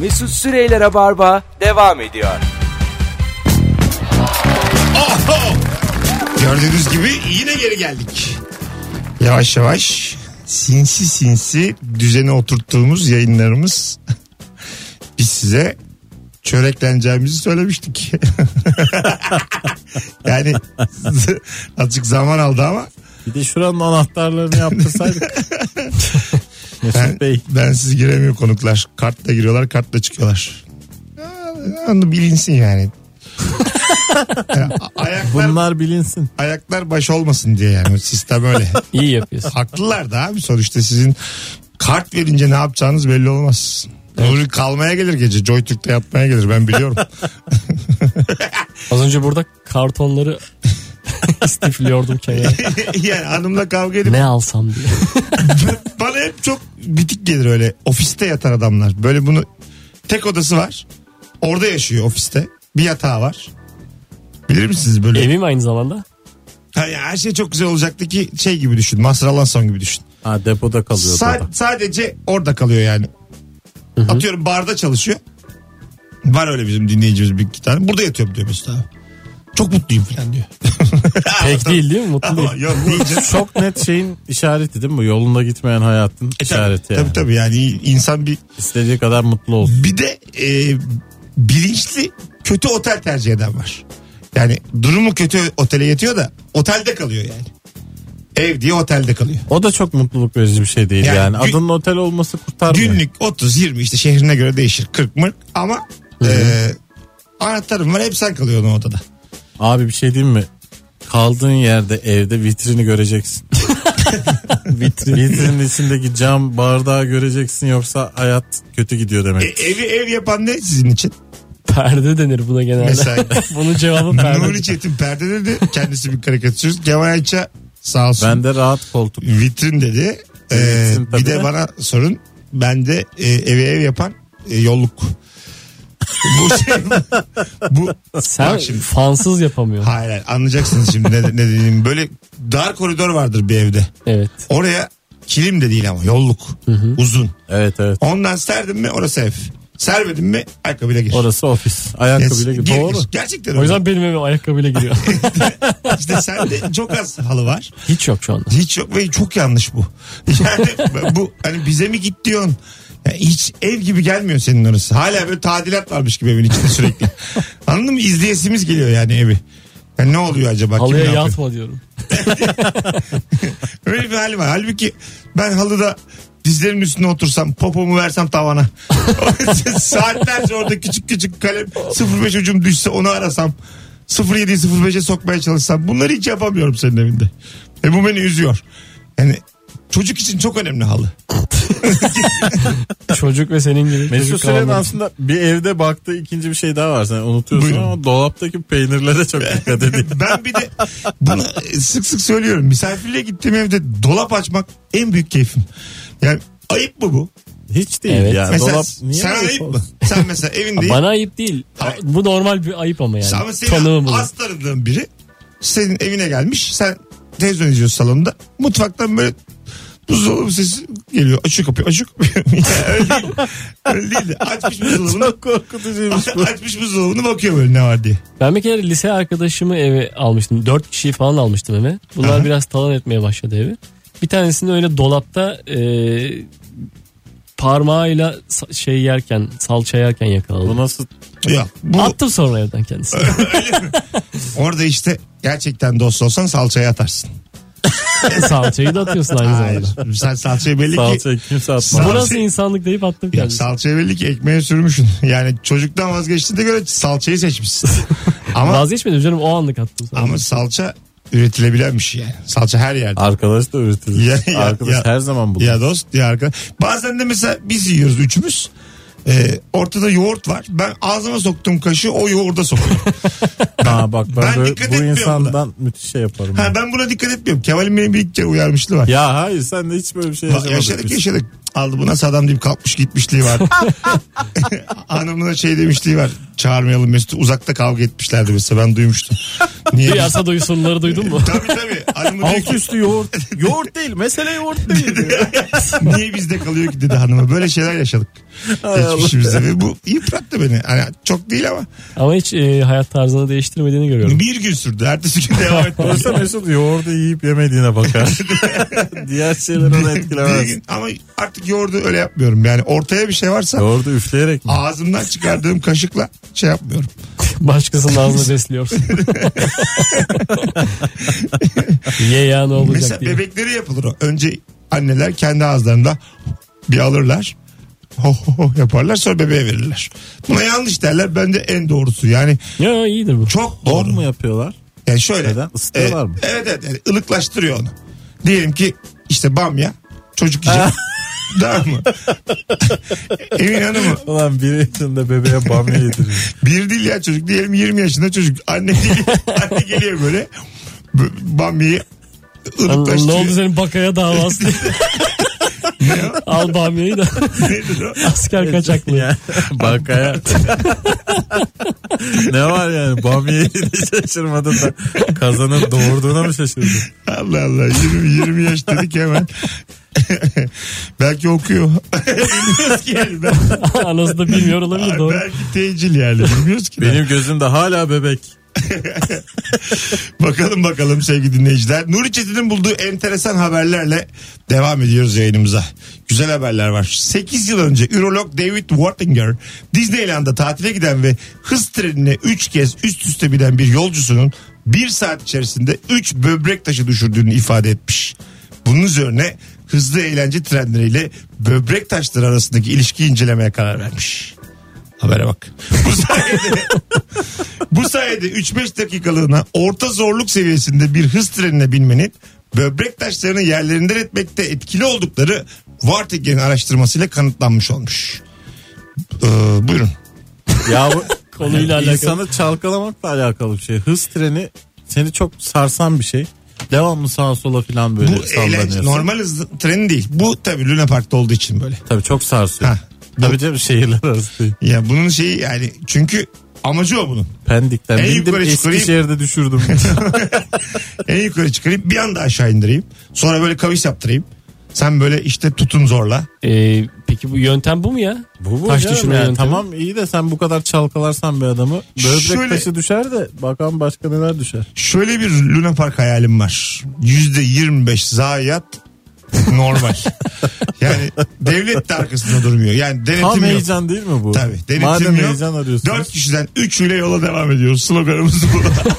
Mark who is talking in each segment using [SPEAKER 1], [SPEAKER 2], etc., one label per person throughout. [SPEAKER 1] Mesut Süreyler'e barba devam ediyor.
[SPEAKER 2] Oho! Gördüğünüz gibi yine geri geldik. Yavaş yavaş sinsi sinsi düzene oturttuğumuz yayınlarımız biz size çörekleneceğimizi söylemiştik. yani z- azıcık zaman aldı ama
[SPEAKER 3] Bir de şuranın anahtarlarını yaptırsaydık.
[SPEAKER 2] ben,
[SPEAKER 3] Mesut Bey.
[SPEAKER 2] ben siz giremiyor konuklar. Kartla giriyorlar kartla çıkıyorlar. Aa, Onu bilinsin yani. Yani a- ayaklar,
[SPEAKER 3] Bunlar bilinsin.
[SPEAKER 2] ayaklar baş olmasın diye yani O sistem öyle.
[SPEAKER 4] İyi yapıyorsun.
[SPEAKER 2] Haklılar da abi sonuçta sizin kart verince ne yapacağınız belli olmaz. Nuri kalmaya gelir gece. Joytürk'te yatmaya gelir ben biliyorum.
[SPEAKER 4] Az önce burada kartonları istifliyordum kenara.
[SPEAKER 2] yani hanımla kavga edip
[SPEAKER 4] ne alsam diye.
[SPEAKER 2] bana hep çok bitik gelir öyle. Ofiste yatan adamlar. Böyle bunu tek odası var. Orada yaşıyor ofiste. Bir yatağı var. Bilir misiniz böyle?
[SPEAKER 4] Evim aynı zamanda.
[SPEAKER 2] Ha, ya her şey çok güzel olacaktı ki şey gibi düşün. Mazhar Alanson gibi düşün.
[SPEAKER 3] Ha depoda kalıyor.
[SPEAKER 2] Sa-
[SPEAKER 3] orada.
[SPEAKER 2] sadece orada kalıyor yani. Atıyorum barda çalışıyor. Var öyle bizim dinleyicimiz bir iki tane. Burada yatıyorum diyor Mesut abi. Çok mutluyum falan diyor.
[SPEAKER 4] Pek değil değil mi? Mutlu
[SPEAKER 2] Ama
[SPEAKER 4] değil.
[SPEAKER 2] yok diyeceğim.
[SPEAKER 3] Çok net şeyin işareti değil mi? Yolunda gitmeyen hayatın işareti. yani.
[SPEAKER 2] E, Tabii tabii yani insan bir
[SPEAKER 3] İstediği kadar mutlu olsun.
[SPEAKER 2] bir de e, bilinçli kötü otel tercih eden var. Yani durumu kötü otele yetiyor da otelde kalıyor yani. Ev diye otelde kalıyor.
[SPEAKER 3] O da çok mutluluk verici bir şey değil
[SPEAKER 2] Yani
[SPEAKER 3] yani.
[SPEAKER 2] gün-
[SPEAKER 3] Adının otel olması kurtarmıyor.
[SPEAKER 2] Günlük 30-20 işte şehrine göre değişir 40 mırk ama e, anahtarım var hep sen kalıyorsun o odada.
[SPEAKER 3] Abi bir şey diyeyim mi? Kaldığın yerde evde vitrini göreceksin. Vitrin. Vitrinin içindeki cam bardağı göreceksin yoksa hayat kötü gidiyor
[SPEAKER 2] E,
[SPEAKER 3] demek.
[SPEAKER 2] evi ev yapan ne sizin için?
[SPEAKER 4] Perde denir buna genelde.
[SPEAKER 2] Mesela
[SPEAKER 4] Bunun cevabı
[SPEAKER 2] Nuri
[SPEAKER 4] perde.
[SPEAKER 2] Çetin perde dedi. Kendisi bir karikatürist. Kemal Ayça sağ olsun.
[SPEAKER 3] Ben de rahat koltuk.
[SPEAKER 2] Vitrin dedi. Ee,
[SPEAKER 3] Vitrin tabii
[SPEAKER 2] bir de
[SPEAKER 3] de.
[SPEAKER 2] bana sorun. Ben de e, evi ev yapan e, yolluk. bu şey, bu
[SPEAKER 4] Sen
[SPEAKER 2] Bak şimdi.
[SPEAKER 4] fansız yapamıyorsun.
[SPEAKER 2] hayır, hayır, anlayacaksınız şimdi ne, ne dediğimi. Böyle dar koridor vardır bir evde.
[SPEAKER 4] Evet.
[SPEAKER 2] Oraya kilim de değil ama yolluk. Uzun.
[SPEAKER 3] Evet evet.
[SPEAKER 2] Ondan serdim mi orası ev. Sermedim mi ayakkabıyla gir.
[SPEAKER 3] Orası ofis.
[SPEAKER 2] Yes,
[SPEAKER 3] Ayakkabıyla gir.
[SPEAKER 2] gir,
[SPEAKER 3] Doğru.
[SPEAKER 2] gir. Gerçekten
[SPEAKER 4] O
[SPEAKER 2] öyle.
[SPEAKER 4] yüzden benim evim ayakkabıyla giriyor.
[SPEAKER 2] İşte sende çok az halı var.
[SPEAKER 4] Hiç yok şu anda.
[SPEAKER 2] Hiç yok ve çok yanlış bu. Yani bu hani bize mi git diyorsun? Yani hiç ev gibi gelmiyor senin orası. Hala böyle tadilat varmış gibi evin içinde sürekli. Anladın mı? İzleyesimiz geliyor yani evi. Yani ne oluyor acaba? Kim ne
[SPEAKER 4] Halıya
[SPEAKER 2] yapıyor?
[SPEAKER 4] yatma diyorum.
[SPEAKER 2] Öyle bir hal var. Halbuki ben halıda dizlerimin üstüne otursam popomu versem tavana. Saatlerce orada küçük küçük kalem 05 ucum düşse onu arasam 07'yi 05'e sokmaya çalışsam bunları hiç yapamıyorum senin evinde. E bu beni üzüyor. Yani çocuk için çok önemli halı.
[SPEAKER 4] Çocuk ve senin gibi.
[SPEAKER 3] Mesut
[SPEAKER 4] çocuk
[SPEAKER 3] Süren'in
[SPEAKER 4] kalanlar.
[SPEAKER 3] aslında bir evde baktığı ikinci bir şey daha var. Sen unutuyorsun
[SPEAKER 2] Buyurun.
[SPEAKER 3] ama dolaptaki peynirlere çok dikkat edin.
[SPEAKER 2] Ben bir de bunu sık sık söylüyorum. Misafirliğe gittiğim evde dolap açmak en büyük keyfim. Yani ayıp mı bu?
[SPEAKER 3] Hiç değil
[SPEAKER 4] Evet.
[SPEAKER 3] ya.
[SPEAKER 2] Mesela
[SPEAKER 3] Dolap niye
[SPEAKER 2] sana
[SPEAKER 3] böyle
[SPEAKER 2] ayıp mı?
[SPEAKER 3] olsun?
[SPEAKER 2] Sen mesela evindeyim.
[SPEAKER 4] Bana ayıp değil.
[SPEAKER 2] Hayır.
[SPEAKER 4] Bu normal bir ayıp ama yani.
[SPEAKER 2] Ama seni
[SPEAKER 4] Tanığım bu.
[SPEAKER 2] az tanıdığın biri senin evine gelmiş. Sen televizyon izliyorsun salonda. Mutfaktan böyle buzdolabı sesi geliyor. Açıyor kapıyı açıyor kapıyı. Ya öyle değil. Öyle değil de açmış buzdolabını.
[SPEAKER 3] Çok
[SPEAKER 2] şey?
[SPEAKER 3] korkutucuymuş bu.
[SPEAKER 2] açmış buzdolabını bakıyor böyle ne var diye.
[SPEAKER 4] Ben bir kere lise arkadaşımı eve almıştım. Dört kişiyi falan almıştım eve. Bunlar
[SPEAKER 2] Aha.
[SPEAKER 4] biraz talan etmeye başladı evi. Bir tanesini öyle dolapta e, parmağıyla sa- şey yerken, salça yerken yakaladım.
[SPEAKER 3] Bu nasıl
[SPEAKER 2] Ya bu
[SPEAKER 4] Attım sonra evden kendisini.
[SPEAKER 2] orada işte gerçekten dost olsan salçaya atarsın.
[SPEAKER 4] Salçayı da atıyorsun aynı
[SPEAKER 2] Hayır.
[SPEAKER 4] zamanda.
[SPEAKER 2] Sen salçaya belli ki
[SPEAKER 3] salça kimse atmaz.
[SPEAKER 2] Sal-
[SPEAKER 4] Bu nasıl
[SPEAKER 2] Salçayı-
[SPEAKER 4] insanlık deyip
[SPEAKER 2] Ya
[SPEAKER 4] attım kendisini.
[SPEAKER 2] salçaya belli ki ekmeğe sürmüşsün. Yani çocuktan vazgeçtiğine göre salçayı seçmişsin. Ama
[SPEAKER 4] Vazgeçmedim canım o anlık attım. sadece.
[SPEAKER 2] ama salça üretilebilen bir şey yani. Salça her yerde.
[SPEAKER 3] Arkadaş da üretilir.
[SPEAKER 2] Ya- ya-
[SPEAKER 3] Arkadaş
[SPEAKER 2] ya-
[SPEAKER 3] her zaman bulur.
[SPEAKER 2] Ya dost ya arkadaş. Bazen de mesela biz yiyoruz üçümüz. Ee, ortada yoğurt var. Ben ağzıma soktuğum kaşığı o yoğurda sokuyorum.
[SPEAKER 3] Ha bak ben,
[SPEAKER 2] Ben
[SPEAKER 3] böyle-
[SPEAKER 2] dikkat
[SPEAKER 3] bu
[SPEAKER 2] etmiyorum
[SPEAKER 3] insandan müthiş şey yaparım.
[SPEAKER 2] ha,
[SPEAKER 3] ben.
[SPEAKER 2] ben buna dikkat etmiyorum. Kemal'in beni bir iki kere uyarmışlığı var.
[SPEAKER 3] Ya hayır sen de hiç böyle bir şey
[SPEAKER 2] Bak,
[SPEAKER 3] yaşamadın.
[SPEAKER 2] yaşadık
[SPEAKER 3] biz.
[SPEAKER 2] yaşadık. aldı bu nasıl adam deyip kalkmış gitmişliği var. Hanımına şey demişliği var. Çağırmayalım Mesut'u. Uzakta kavga etmişlerdi mesela ben duymuştum. Niye?
[SPEAKER 4] Piyasa duysunları duydun mu?
[SPEAKER 2] tabii tabii. Hanımı diyor
[SPEAKER 3] Altı
[SPEAKER 2] ki,
[SPEAKER 3] üstü yoğurt. yoğurt değil. Mesele yoğurt değil.
[SPEAKER 2] niye bizde kalıyor ki dedi hanıma. Böyle şeyler yaşadık. Geçmişimizde. Ve bu yıprattı beni. Hani çok değil ama.
[SPEAKER 4] Ama hiç e, hayat tarzını değiştirmediğini görüyorum.
[SPEAKER 2] Bir gün sürdü. Ertesi gün devam etti.
[SPEAKER 3] Oysa Mesut yoğurdu yiyip yemediğine bakar. Diğer şeyler onu
[SPEAKER 2] Bir
[SPEAKER 3] etkilemez.
[SPEAKER 2] gün- ama artık yoğurdu öyle yapmıyorum. Yani ortaya bir şey varsa
[SPEAKER 3] yoğurdu üfleyerek mi?
[SPEAKER 2] ağzımdan çıkardığım kaşıkla şey yapmıyorum.
[SPEAKER 4] Başkasının ağzını besliyorsun. Ye ya ne olacak
[SPEAKER 2] Mesela
[SPEAKER 4] diye.
[SPEAKER 2] bebekleri yapılır o. Önce anneler kendi ağızlarında bir alırlar. Ho ho ho yaparlar sonra bebeğe verirler. Buna yanlış derler. Bence en doğrusu. Yani
[SPEAKER 4] Ya iyidir bu.
[SPEAKER 2] çok
[SPEAKER 3] Don
[SPEAKER 2] doğru.
[SPEAKER 3] mu yapıyorlar?
[SPEAKER 2] Yani şöyle.
[SPEAKER 3] Neden? Isıtıyorlar
[SPEAKER 2] E,
[SPEAKER 3] mı?
[SPEAKER 2] Evet evet. Yani ılıklaştırıyor onu. Diyelim ki işte bamya çocuk yiyecek. Tamam mı? Emin Hanım'ı
[SPEAKER 3] Ulan bir yaşında bebeğe bamya yediriyor.
[SPEAKER 2] Bir değil ya çocuk. Diyelim 20 yaşında çocuk. Anne geliyor, anne geliyor böyle. B- Bambi'yi
[SPEAKER 4] Allah, ne oldu
[SPEAKER 2] ırıklaştırıyor.
[SPEAKER 4] senin bakaya davası? Al bamyayı da
[SPEAKER 2] Nedir o?
[SPEAKER 4] asker kaçaklı.
[SPEAKER 3] Yani Bankaya. ne var yani bamya yediğini şaşırmadın da kazanıp doğurduğuna mı şaşırdın?
[SPEAKER 2] Allah Allah. 20, 20 yaş dedik hemen. belki okuyor. Bilmiyoruz ki yani. Ben,
[SPEAKER 4] Anası da bilmiyor olabilir doğru.
[SPEAKER 2] belki tecil yani. Bilmiyoruz ki.
[SPEAKER 3] Benim gözümde hala bebek.
[SPEAKER 2] Bakalım bakalım sevgili dinleyiciler. Nuri Çetin'in bulduğu enteresan haberlerle devam ediyoruz yayınımıza. Güzel haberler var. 8 yıl önce ürolog David Wartinger Disneyland'da tatile giden ve hız trenine 3 kez üst üste binen bir yolcusunun 1 saat içerisinde 3 böbrek taşı düşürdüğünü ifade etmiş. Bunun üzerine hızlı eğlence trenleriyle böbrek taşları arasındaki ilişkiyi incelemeye karar vermiş. Habere bak. Bu sayede, bu sayede 3-5 dakikalığına orta zorluk seviyesinde bir hız trenine binmenin böbrek taşlarını yerlerinden etmekte etkili oldukları Wartigen araştırmasıyla kanıtlanmış olmuş. Ee, buyurun.
[SPEAKER 3] Ya bu
[SPEAKER 4] Konuyla alakalı.
[SPEAKER 3] insanı çalkalamakla alakalı bir şey. Hız treni seni çok sarsan bir şey. Devamlı sağa sola falan böyle
[SPEAKER 2] Bu eğlence
[SPEAKER 3] sallanıyorsun.
[SPEAKER 2] normal hız treni değil. Bu tabii Luna Park'ta olduğu için böyle.
[SPEAKER 3] Tabii çok sarsıyor.
[SPEAKER 2] Hah.
[SPEAKER 3] Tabii canım şehirler arası değil.
[SPEAKER 2] Ya bunun şeyi yani çünkü amacı o bunun.
[SPEAKER 3] Pendik'ten
[SPEAKER 2] En
[SPEAKER 3] bindim
[SPEAKER 2] yukarı çıkarayım.
[SPEAKER 3] Eskişehir'de düşürdüm.
[SPEAKER 2] En yukarı çıkarayım bir anda aşağı indireyim. Sonra böyle kavis yaptırayım. Sen böyle işte tutun zorla.
[SPEAKER 4] Ee, peki bu yöntem bu mu ya?
[SPEAKER 3] bu bu
[SPEAKER 4] Taş
[SPEAKER 3] canım
[SPEAKER 4] düşürme
[SPEAKER 3] yani.
[SPEAKER 4] yöntemi.
[SPEAKER 3] Tamam iyi de sen bu kadar çalkalarsan bir adamı böbrek
[SPEAKER 2] Şöyle-
[SPEAKER 3] taşı düşer de bakalım başka neler düşer.
[SPEAKER 2] Şöyle bir Luna Park hayalim var. Yüzde 25 zayiat normal. yani devlet de arkasında durmuyor. Yani
[SPEAKER 3] Tam
[SPEAKER 2] denetim yok.
[SPEAKER 3] heyecan değil mi bu?
[SPEAKER 2] Tabii denetim
[SPEAKER 3] Madem
[SPEAKER 2] yok.
[SPEAKER 3] heyecan arıyorsunuz.
[SPEAKER 2] Dört kişiden üçüyle yola devam ediyoruz. Sloganımız bu.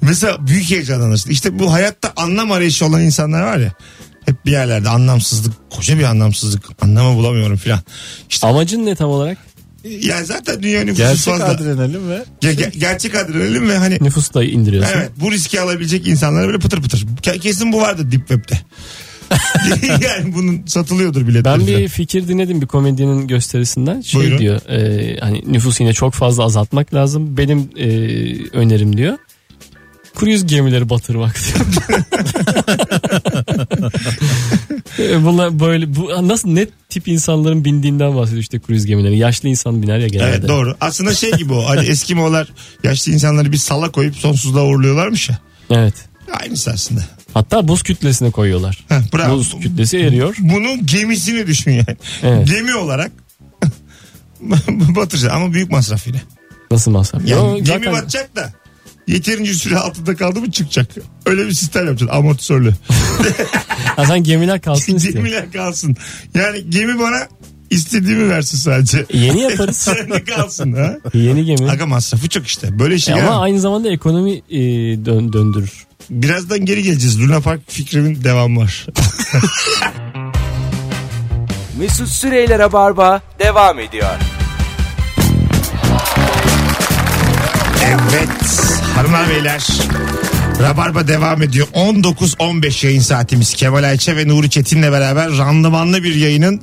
[SPEAKER 2] Mesela büyük heyecanlanırsın. İşte bu hayatta anlam arayışı olan insanlar var ya. Hep bir yerlerde anlamsızlık, koca bir anlamsızlık. Anlamı bulamıyorum filan. İşte
[SPEAKER 4] Amacın ne tam olarak?
[SPEAKER 2] yani zaten dünya nüfusu
[SPEAKER 3] Gerçek
[SPEAKER 2] fazla.
[SPEAKER 3] adrenalin ve
[SPEAKER 2] Ge- ge- gerçek adrenalin ve hani
[SPEAKER 4] Nüfus da indiriyorsun.
[SPEAKER 2] Evet bu riski alabilecek insanlara böyle pıtır pıtır. Ke- Kesin bu vardı Deep Web'de. yani bunun satılıyordur biletleri.
[SPEAKER 4] Ben
[SPEAKER 2] falan.
[SPEAKER 4] bir fikir dinledim bir komedyenin gösterisinden. Şey
[SPEAKER 2] Buyurun.
[SPEAKER 4] diyor e, hani nüfusu yine çok fazla azaltmak lazım. Benim e, önerim diyor. Kruz gemileri batırmak diyor. E, Bunlar böyle bu nasıl net tip insanların bindiğinden bahsediyor işte kruz gemileri. Yaşlı insan biner ya genelde.
[SPEAKER 2] Evet doğru. Aslında şey gibi o. Hani Eskimo'lar yaşlı insanları bir sala koyup sonsuzluğa uğurluyorlarmış ya.
[SPEAKER 4] Evet.
[SPEAKER 2] Aynısı aslında.
[SPEAKER 4] Hatta buz kütlesine koyuyorlar.
[SPEAKER 2] Heh, bravo.
[SPEAKER 4] Buz kütlesi eriyor.
[SPEAKER 2] Bunun gemisini düşün yani.
[SPEAKER 4] Evet.
[SPEAKER 2] Gemi olarak batıracak ama büyük masraf yine.
[SPEAKER 4] Nasıl masraf?
[SPEAKER 2] Yani
[SPEAKER 4] Yo,
[SPEAKER 2] gemi
[SPEAKER 4] zaten-
[SPEAKER 2] batacak da yeterince süre altında kaldı mı çıkacak. Öyle bir sistem yapacaksın amortisörlü.
[SPEAKER 4] Ha, sen gemiler kalsın istiyor.
[SPEAKER 2] Gemiler kalsın. Yani gemi bana istediğimi versin sadece.
[SPEAKER 4] Yeni yaparız.
[SPEAKER 2] Sende kalsın ha.
[SPEAKER 4] Yeni gemi.
[SPEAKER 2] Aga masrafı çok işte. Böyle şey.
[SPEAKER 4] E ama
[SPEAKER 2] ya.
[SPEAKER 4] aynı zamanda ekonomi e, dön, döndürür.
[SPEAKER 2] Birazdan geri geleceğiz. Luna Park fikrimin devamı var.
[SPEAKER 1] Mesut Süreyler'e barba devam ediyor.
[SPEAKER 2] evet. Hanımlar beyler. Rabarba devam ediyor. 19.15 yayın saatimiz. Kemal Ayça ve Nuri Çetin'le beraber randımanlı bir yayının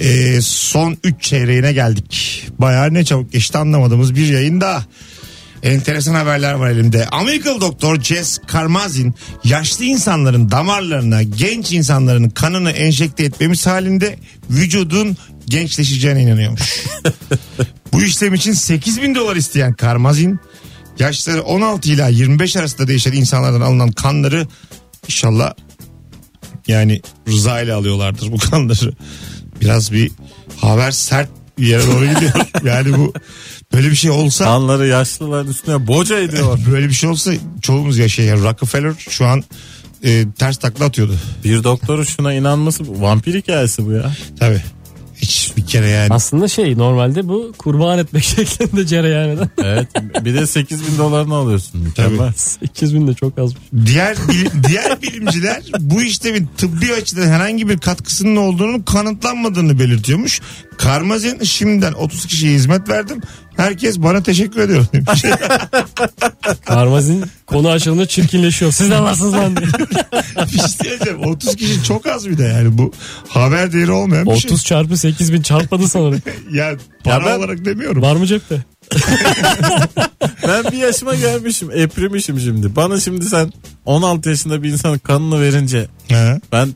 [SPEAKER 2] e, son 3 çeyreğine geldik. Bayağı ne çabuk geçti anlamadığımız bir yayın daha. Enteresan haberler var elimde. Amerikalı doktor Jess Karmazin yaşlı insanların damarlarına genç insanların kanını enjekte etmemiz halinde vücudun gençleşeceğine inanıyormuş. Bu işlem için 8 bin dolar isteyen Karmazin yaşları 16 ila 25 arasında değişen insanlardan alınan kanları inşallah yani rıza ile alıyorlardır bu kanları. Biraz bir haber sert bir yere doğru gidiyor. Yani bu böyle bir şey olsa
[SPEAKER 3] Kanları yaşlıların üstüne boca ediyor.
[SPEAKER 2] Böyle bir şey olsa çoğumuz yaşayacak. Rockefeller şu an e, ters takla atıyordu.
[SPEAKER 3] bir doktorun şuna inanması bu. vampir hikayesi bu ya.
[SPEAKER 2] Tabii. Hiç bir kere yani.
[SPEAKER 4] Aslında şey normalde bu kurban etmek şeklinde cereyan eden.
[SPEAKER 3] Evet. Bir de 8 bin dolarını alıyorsun. Mükemmel.
[SPEAKER 4] 8 bin de çok şey. azmış.
[SPEAKER 2] Diğer bil- diğer bilimciler bu işlemin tıbbi açıdan herhangi bir katkısının olduğunu kanıtlanmadığını belirtiyormuş. Karmazin şimdiden 30 kişiye hizmet verdim. Herkes bana teşekkür ediyor şey demiş.
[SPEAKER 4] Karmazin konu açılınca çirkinleşiyor. Siz de varsınız lan diye.
[SPEAKER 2] bir şey diyeceğim. 30 kişi çok az bir de yani bu haber değeri olmayan bir şey.
[SPEAKER 4] 30 çarpı 8 bin çarpmadı sanırım.
[SPEAKER 2] Ya para
[SPEAKER 3] ben-
[SPEAKER 2] olarak demiyorum.
[SPEAKER 4] Var mı cepte?
[SPEAKER 3] Ben bir yaşıma gelmişim. Eprimişim şimdi. Bana şimdi sen 16 yaşında bir insanın kanını verince
[SPEAKER 2] Ha.
[SPEAKER 3] ben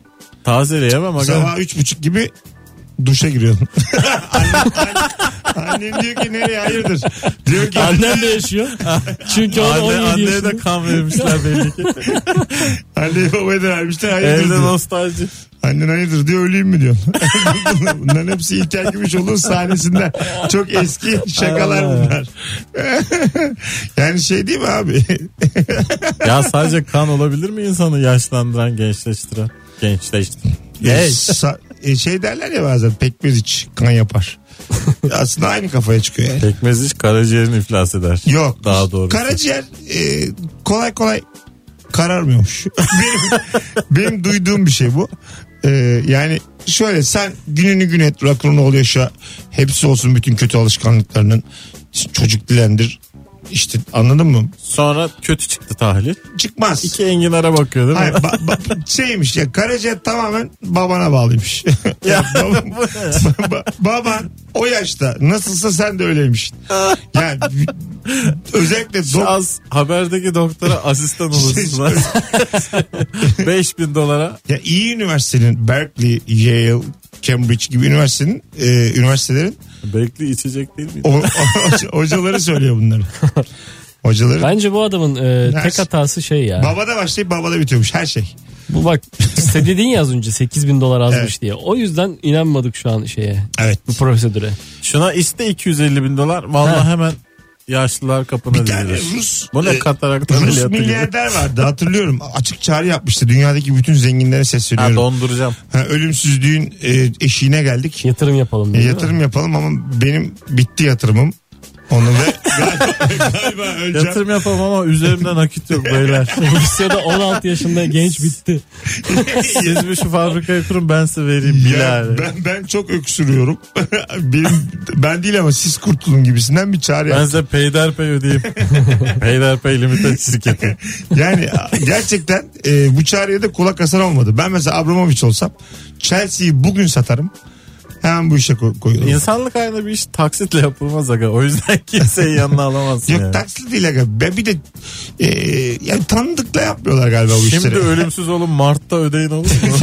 [SPEAKER 3] tazeleyemem. aga.
[SPEAKER 2] Sabah üç buçuk gibi duşa giriyorsun. annem, annem diyor ki nereye hayırdır? Diyor ki
[SPEAKER 4] Annem de yaşıyor. Çünkü o da
[SPEAKER 3] Anne,
[SPEAKER 4] 17
[SPEAKER 3] anneye de
[SPEAKER 4] yaşında.
[SPEAKER 3] kan vermişler belli ki.
[SPEAKER 2] anne babaya da vermişler hayırdır
[SPEAKER 3] Evde
[SPEAKER 2] diyor.
[SPEAKER 3] nostalji.
[SPEAKER 2] Annen hayırdır diyor öleyim mi diyor. Bunların hepsi İlker Gümüşoğlu'nun sahnesinden. Çok eski şakalar bunlar. yani şey değil mi abi?
[SPEAKER 3] Ya sadece kan olabilir mi insanı yaşlandıran, gençleştiren? Gençleştiren. Genç.
[SPEAKER 2] Sa- e, şey derler ya bazen pekmez iç kan yapar. Aslında aynı kafaya çıkıyor yani.
[SPEAKER 3] Pekmez iç karaciğerini iflas eder.
[SPEAKER 2] Yok.
[SPEAKER 3] Daha doğrusu.
[SPEAKER 2] Karaciğer e, kolay kolay kararmıyormuş. benim, benim duyduğum bir şey bu. E, yani şöyle sen gününü gün et rock'n'roll ol yaşa. Hepsi olsun bütün kötü alışkanlıklarının. Çocuk dilendir. İşte anladın mı?
[SPEAKER 3] Sonra kötü çıktı tahlil.
[SPEAKER 2] Çıkmaz.
[SPEAKER 3] İki enginara bakıyor değil mi?
[SPEAKER 2] Hayır, ba- ba- şeymiş ya karaciğer tamamen babana bağlıymış. ya, bab- ba- baban o yaşta nasılsa sen de öyleymişsin. Yani özellikle dok-
[SPEAKER 3] Az haberdeki doktora asistan
[SPEAKER 2] Şey
[SPEAKER 3] olursun lan. 5000 dolara.
[SPEAKER 2] Ya iyi üniversitenin Berkeley, Yale, Cambridge gibi üniversitenin e, üniversitelerin
[SPEAKER 3] Bekli içecek değil miydi?
[SPEAKER 2] o, o- hocaları söylüyor bunları. Hocaları.
[SPEAKER 4] Bence bu adamın e,
[SPEAKER 2] Ders.
[SPEAKER 4] tek hatası şey ya.
[SPEAKER 2] Babada başlayıp babada bitiyormuş her şey.
[SPEAKER 4] Bu bak sen dedin ya az önce 8 bin dolar azmış
[SPEAKER 2] Evet.
[SPEAKER 4] diye. O yüzden inanmadık şu an şeye
[SPEAKER 2] Evet.
[SPEAKER 4] bu prosedüre.
[SPEAKER 3] Şuna iste 250 bin dolar. Vallahi hemen yaşlılar kapına
[SPEAKER 2] Bir tane
[SPEAKER 3] dizilir.
[SPEAKER 2] Rus-
[SPEAKER 3] Bu
[SPEAKER 2] e,
[SPEAKER 3] ne katarak
[SPEAKER 2] Rus
[SPEAKER 3] ameliyatı gibi.
[SPEAKER 2] milyarder vardı hatırlıyorum. Açık çağrı yapmıştı. Dünyadaki bütün zenginlere
[SPEAKER 3] Ha,
[SPEAKER 2] sesleniyorum.
[SPEAKER 3] donduracağım.
[SPEAKER 2] Ha, ölümsüzlüğün e, eşiğine geldik.
[SPEAKER 4] Yatırım yapalım
[SPEAKER 2] E,
[SPEAKER 4] diye.
[SPEAKER 2] yatırım yapalım ama benim bitti yatırımım. Onu ve galiba, galiba öleceğim.
[SPEAKER 3] Yatırım yapamam ama üzerimden nakit yok beyler.
[SPEAKER 4] Rusya'da 16 yaşında genç bitti.
[SPEAKER 3] Siz bir şu fabrikayı kurun ben size vereyim
[SPEAKER 2] Ya
[SPEAKER 3] bilal. Ben,
[SPEAKER 2] ben ben çok öksürüyorum. Benim, ben değil ama siz kurtulun gibisinden bir çağrı yaptım.
[SPEAKER 3] size peyderpey ödeyeyim. peyderpey limited şirketi.
[SPEAKER 2] Yani gerçekten e, bu çağrıya da kulak asan olmadı. Ben mesela Abramovich olsam Chelsea'yi bugün satarım. Hemen bu işe koy- koyuyorum.
[SPEAKER 3] İnsanlık aynı bir iş taksitle yapılmaz aga. O yüzden kimseyi yanına alamazsın
[SPEAKER 2] Yok
[SPEAKER 3] yani.
[SPEAKER 2] taksitli değil. aga. Ben bir de e, yani tanıdıkla yapmıyorlar galiba bu
[SPEAKER 3] Şimdi
[SPEAKER 2] işleri.
[SPEAKER 3] ölümsüz olun Mart'ta ödeyin olur mu?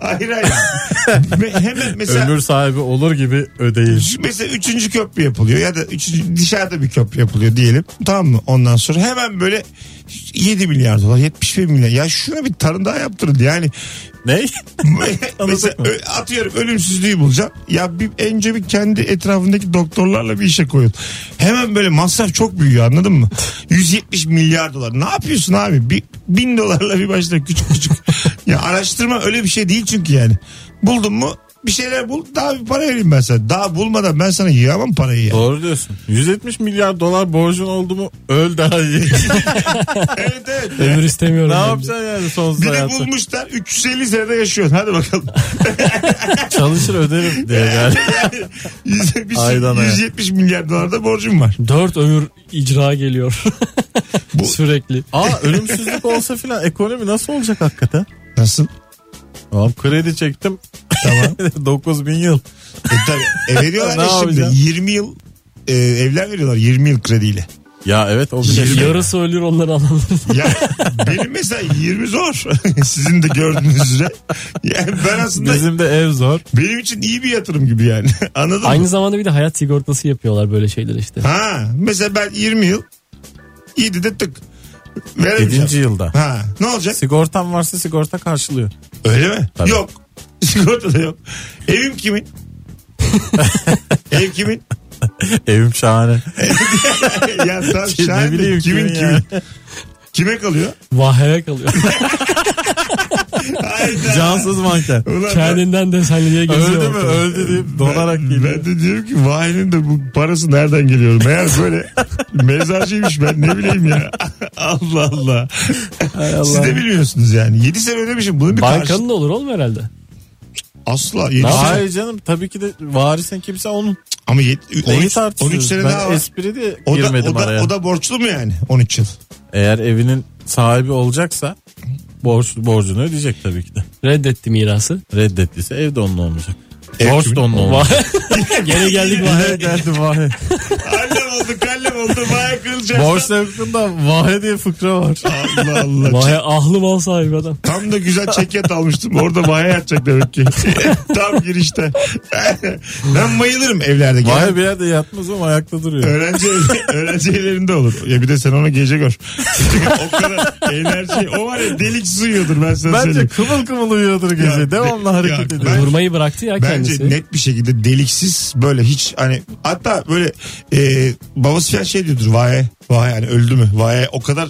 [SPEAKER 2] Hayır hayır. Me- Hemen mesela
[SPEAKER 3] Ömür sahibi olur gibi ödeyin.
[SPEAKER 2] Mesela üçüncü köprü yapılıyor ya da üçüncü, dışarıda bir köprü yapılıyor diyelim. Tamam mı? Ondan sonra hemen böyle 7 milyar dolar 71 milyar. Ya şuna bir tarım daha yaptırın yani.
[SPEAKER 3] Ne?
[SPEAKER 2] mesela
[SPEAKER 3] mı?
[SPEAKER 2] ö- atıyorum ölümsüzlüğü bulacağım. Ya bir, önce bir kendi etrafındaki doktorlarla bir işe koyun. Hemen böyle masraf çok büyüyor anladın mı? 170 milyar dolar. Ne yapıyorsun abi? Bir, bin dolarla bir başla küçük küçük. ya araştırma öyle bir şey değil çünkü yani. Buldun mu bir şeyler bul daha bir para vereyim ben sana. Daha bulmadan ben sana yiyemem parayı ya.
[SPEAKER 3] Doğru diyorsun. 170 milyar dolar borcun oldu mu öl daha iyi.
[SPEAKER 2] evet evet.
[SPEAKER 4] Ömür istemiyorum.
[SPEAKER 3] ne
[SPEAKER 4] ben de.
[SPEAKER 3] yapacaksın yani sonsuz
[SPEAKER 2] Bir de
[SPEAKER 3] hayatta?
[SPEAKER 2] bulmuşlar 350 senede yaşıyorsun. Hadi bakalım.
[SPEAKER 3] Çalışır öderim diye yani.
[SPEAKER 2] Yüz- bir sürü-
[SPEAKER 3] Aydan aya.
[SPEAKER 2] 170 milyar dolar da borcum var.
[SPEAKER 4] Dört ömür icra geliyor. Sürekli.
[SPEAKER 3] Aa ölümsüzlük olsa filan ekonomi nasıl olacak hakikaten?
[SPEAKER 2] Nasıl?
[SPEAKER 3] Tamam kredi çektim.
[SPEAKER 2] Tamam.
[SPEAKER 3] 9000 yıl.
[SPEAKER 2] E tabii. E veriyorlar
[SPEAKER 3] Ne
[SPEAKER 2] ya şimdi
[SPEAKER 3] yapacağım?
[SPEAKER 2] 20 yıl e, evler veriyorlar 20 yıl krediyle.
[SPEAKER 3] Ya evet o bir şey.
[SPEAKER 4] Yarısı ölür onları alanlar.
[SPEAKER 2] Ya benim mesela 20 zor. Sizin de gördüğünüz üzere. Yani ben aslında
[SPEAKER 3] Bizim de ev zor.
[SPEAKER 2] benim için iyi bir yatırım gibi yani. Anladın mı?
[SPEAKER 4] Aynı zamanda bir de hayat sigortası yapıyorlar böyle şeyler işte.
[SPEAKER 2] Ha mesela ben 20 yıl 7'de tık. Veremeyeceğim.
[SPEAKER 3] 7. yılda.
[SPEAKER 2] Ha ne olacak?
[SPEAKER 3] Sigortan varsa sigorta karşılıyor.
[SPEAKER 2] Öyle mi?
[SPEAKER 3] Tabii.
[SPEAKER 2] Yok. Sigorta da yok. Evim kimin? Ev kimin?
[SPEAKER 3] Evim şahane.
[SPEAKER 2] ya tamam
[SPEAKER 3] Şey, ne
[SPEAKER 2] şahane.
[SPEAKER 3] bileyim
[SPEAKER 2] kimin
[SPEAKER 3] kimin
[SPEAKER 2] kimin?
[SPEAKER 3] ya.
[SPEAKER 2] Kime kalıyor?
[SPEAKER 4] Vahaya kalıyor.
[SPEAKER 2] Hayda.
[SPEAKER 3] Cansız manken.
[SPEAKER 2] Ulan ben-
[SPEAKER 4] Kendinden desenli diye geziyor.
[SPEAKER 3] Öldü mü
[SPEAKER 4] ortada.
[SPEAKER 3] öldü deyip donarak
[SPEAKER 2] ben,
[SPEAKER 3] geliyor.
[SPEAKER 2] ben de diyorum ki vahinin de bu parası nereden geliyor? Meğer böyle mezarcıymış ben ne bileyim ya. Allah Allah. Siz de bilmiyorsunuz yani. 7 sene ödemişim. Bunun bir karşı...
[SPEAKER 4] Bankanın da olur oğlum herhalde.
[SPEAKER 2] Asla. 7 sene.
[SPEAKER 3] Hayır canım tabii ki de varisin kimse onun.
[SPEAKER 2] Ama yet-
[SPEAKER 3] Neyi
[SPEAKER 2] 13, 13
[SPEAKER 3] tartışıyoruz?
[SPEAKER 2] sene
[SPEAKER 3] ben
[SPEAKER 2] daha var.
[SPEAKER 3] espri de
[SPEAKER 2] O da,
[SPEAKER 3] girmedim
[SPEAKER 2] o, da,
[SPEAKER 3] araya.
[SPEAKER 2] o da borçlu mu yani 13 yıl?
[SPEAKER 3] Eğer evinin sahibi olacaksa borç, borcunu ödeyecek tabii ki de.
[SPEAKER 4] Reddetti mirası.
[SPEAKER 3] Reddettiyse ev de onun olmayacak.
[SPEAKER 2] Ev
[SPEAKER 3] Borç
[SPEAKER 2] kimin?
[SPEAKER 3] da onun olmayacak.
[SPEAKER 4] Vah- Gene geldik
[SPEAKER 3] Yine
[SPEAKER 4] vahaya.
[SPEAKER 3] geldi vahe.
[SPEAKER 2] Annem oldu kallem oldu baya kırılacağız.
[SPEAKER 3] Borç hakkında vahe diye fıkra var.
[SPEAKER 2] Allah Allah.
[SPEAKER 4] Vahaya ahlı mal sahibi adam.
[SPEAKER 2] Tam da güzel çeket almıştım. Orada vaya yatacak demek ki. Tam girişte. ben bayılırım evlerde. Gelen
[SPEAKER 3] Vahe bir yerde yatmaz ama ayakta duruyor.
[SPEAKER 2] Öğrenci, ev- öğrenci evlerinde olur. Ya bir de sen onu gece gör. Çünkü o kadar enerji. O var ya delik su yiyordur ben sana
[SPEAKER 3] Bence
[SPEAKER 2] söyleyeyim.
[SPEAKER 3] kıvıl kıvıl uyuyordur gece.
[SPEAKER 2] Ya,
[SPEAKER 3] Devamlı
[SPEAKER 2] ya,
[SPEAKER 3] hareket
[SPEAKER 2] ben-
[SPEAKER 3] ediyor.
[SPEAKER 4] Vurmayı bıraktı ya
[SPEAKER 2] Bence
[SPEAKER 4] kendisi.
[SPEAKER 2] net bir şekilde deliksiz böyle hiç hani hatta böyle e, babası falan şey diyordur vay vay hani öldü mü vay o kadar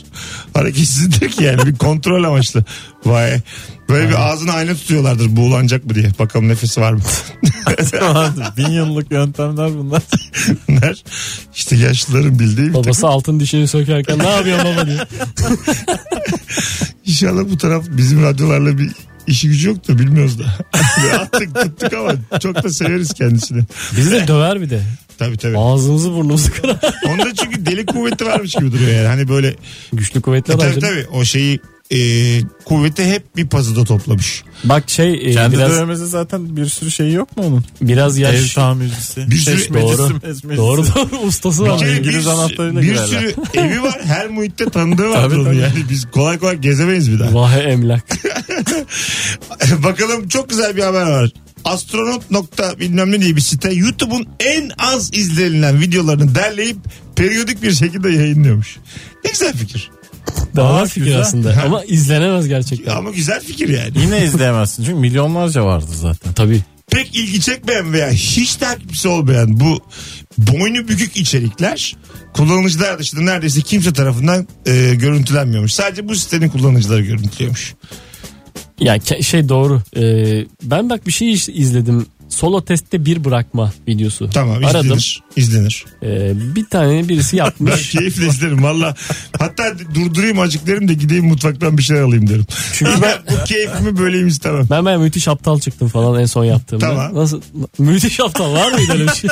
[SPEAKER 2] hareketsizdir ki yani bir kontrol amaçlı vay böyle bir ağzını ayna tutuyorlardır buğulanacak mı diye bakalım nefesi var mı
[SPEAKER 3] Tamamdır. Bin yıllık yöntemler bunlar.
[SPEAKER 2] bunlar işte yaşlıların bildiği bir takım.
[SPEAKER 4] Babası altın dişini sökerken ne yapıyorsun baba diyor.
[SPEAKER 2] İnşallah bu taraf bizim radyolarla bir işi gücü yoktur bilmiyoruz da attık tuttuk ama çok da severiz kendisini
[SPEAKER 4] Bizi de döver bir de.
[SPEAKER 2] tabii tabii
[SPEAKER 4] Ağzımızı burnumuzu kırar.
[SPEAKER 2] onda çünkü deli kuvveti varmış gibi duruyor yani hani böyle
[SPEAKER 4] Güçlü kuvvetli
[SPEAKER 2] E,
[SPEAKER 4] adam.
[SPEAKER 2] tabii
[SPEAKER 4] canım.
[SPEAKER 2] tabii o şeyi e, kuvveti hep bir pazıda toplamış.
[SPEAKER 4] Bak şey e,
[SPEAKER 3] Kendi
[SPEAKER 4] biraz
[SPEAKER 3] dövmesi zaten bir sürü şeyi yok mu onun?
[SPEAKER 4] biraz
[SPEAKER 3] Ev
[SPEAKER 4] yaş. şey,
[SPEAKER 3] tamircisi.
[SPEAKER 2] Bir şey sürü-
[SPEAKER 3] çeşmecisi,
[SPEAKER 4] Doğru.
[SPEAKER 3] mezmecisi.
[SPEAKER 4] Doğru doğru ustası
[SPEAKER 2] Bir
[SPEAKER 4] var.
[SPEAKER 2] kere
[SPEAKER 3] İngiliz
[SPEAKER 2] bir,
[SPEAKER 3] anahtarıyla
[SPEAKER 2] bir
[SPEAKER 3] girerler.
[SPEAKER 2] sürü evi var her muhitte tanıdığı var
[SPEAKER 3] Tabii,
[SPEAKER 2] onun
[SPEAKER 3] tabii.
[SPEAKER 2] yani biz kolay kolay gezemeyiz bir daha.
[SPEAKER 4] Vahe e emlak.
[SPEAKER 2] Bakalım çok güzel bir haber var. Astronot nokta bilmem ne diye bir site YouTube'un en az izlenilen videolarını derleyip periyodik bir şekilde yayınlıyormuş. Ne güzel fikir.
[SPEAKER 4] Daha
[SPEAKER 3] Aa,
[SPEAKER 4] var fikir
[SPEAKER 3] güzel.
[SPEAKER 4] aslında ama izlenemez gerçekten.
[SPEAKER 2] Ama güzel fikir yani.
[SPEAKER 3] Yine izleyemezsin çünkü milyonlarca vardı zaten.
[SPEAKER 4] Tabii.
[SPEAKER 2] Pek ilgi çekmeyen veya hiç takipçisi olmayan bu boynu bükük içerikler kullanıcılar dışında neredeyse kimse tarafından e, görüntülenmiyormuş. Sadece bu sitenin kullanıcıları görüntülüyormuş.
[SPEAKER 4] Ya ke- şey doğru. Ee, ben bak bir şey iz- izledim. Solo testte bir bırakma videosu.
[SPEAKER 2] Tamam
[SPEAKER 4] Aradım.
[SPEAKER 2] izlenir. izlenir.
[SPEAKER 4] Ee, bir tane birisi
[SPEAKER 2] Ben
[SPEAKER 4] yapmış.
[SPEAKER 2] keyifle izlerim valla. Hatta durdurayım acık derim de gideyim mutfaktan bir şeyler alayım derim. Çünkü ben bu keyfimi böleyim istemem.
[SPEAKER 4] ben ben müthiş aptal çıktım falan en son yaptığımda.
[SPEAKER 2] Tamam.
[SPEAKER 4] Nasıl? Müthiş aptal var mıydı öyle bir şey?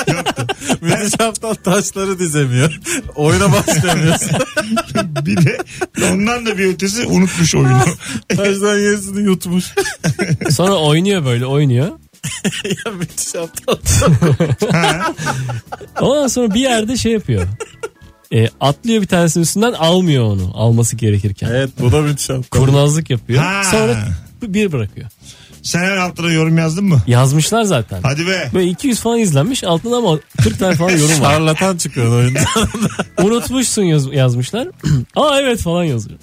[SPEAKER 3] Müthiş aptal taşları dizemiyor. Oyuna başlamıyorsun.
[SPEAKER 2] Bir de ondan da bir ötesi unutmuş oyunu.
[SPEAKER 3] Taşların yarısını yutmuş.
[SPEAKER 4] Sonra oynuyor böyle oynuyor.
[SPEAKER 3] ya müthiş aptal.
[SPEAKER 4] Ondan sonra bir yerde şey yapıyor. Ee, atlıyor bir tanesinin üstünden almıyor onu alması gerekirken.
[SPEAKER 3] Evet bu da müthiş aptal.
[SPEAKER 4] Kurnazlık yapıyor.
[SPEAKER 2] Ha.
[SPEAKER 4] Sonra bir bırakıyor.
[SPEAKER 2] Sen her altına yorum yazdın mı?
[SPEAKER 4] Yazmışlar zaten.
[SPEAKER 2] Hadi be.
[SPEAKER 4] Böyle 200 falan izlenmiş altında ama 40 tane falan yorum var.
[SPEAKER 3] Şarlatan çıkıyor oyunda.
[SPEAKER 4] Unutmuşsun yaz- yazmışlar. Aa evet falan yazıyor.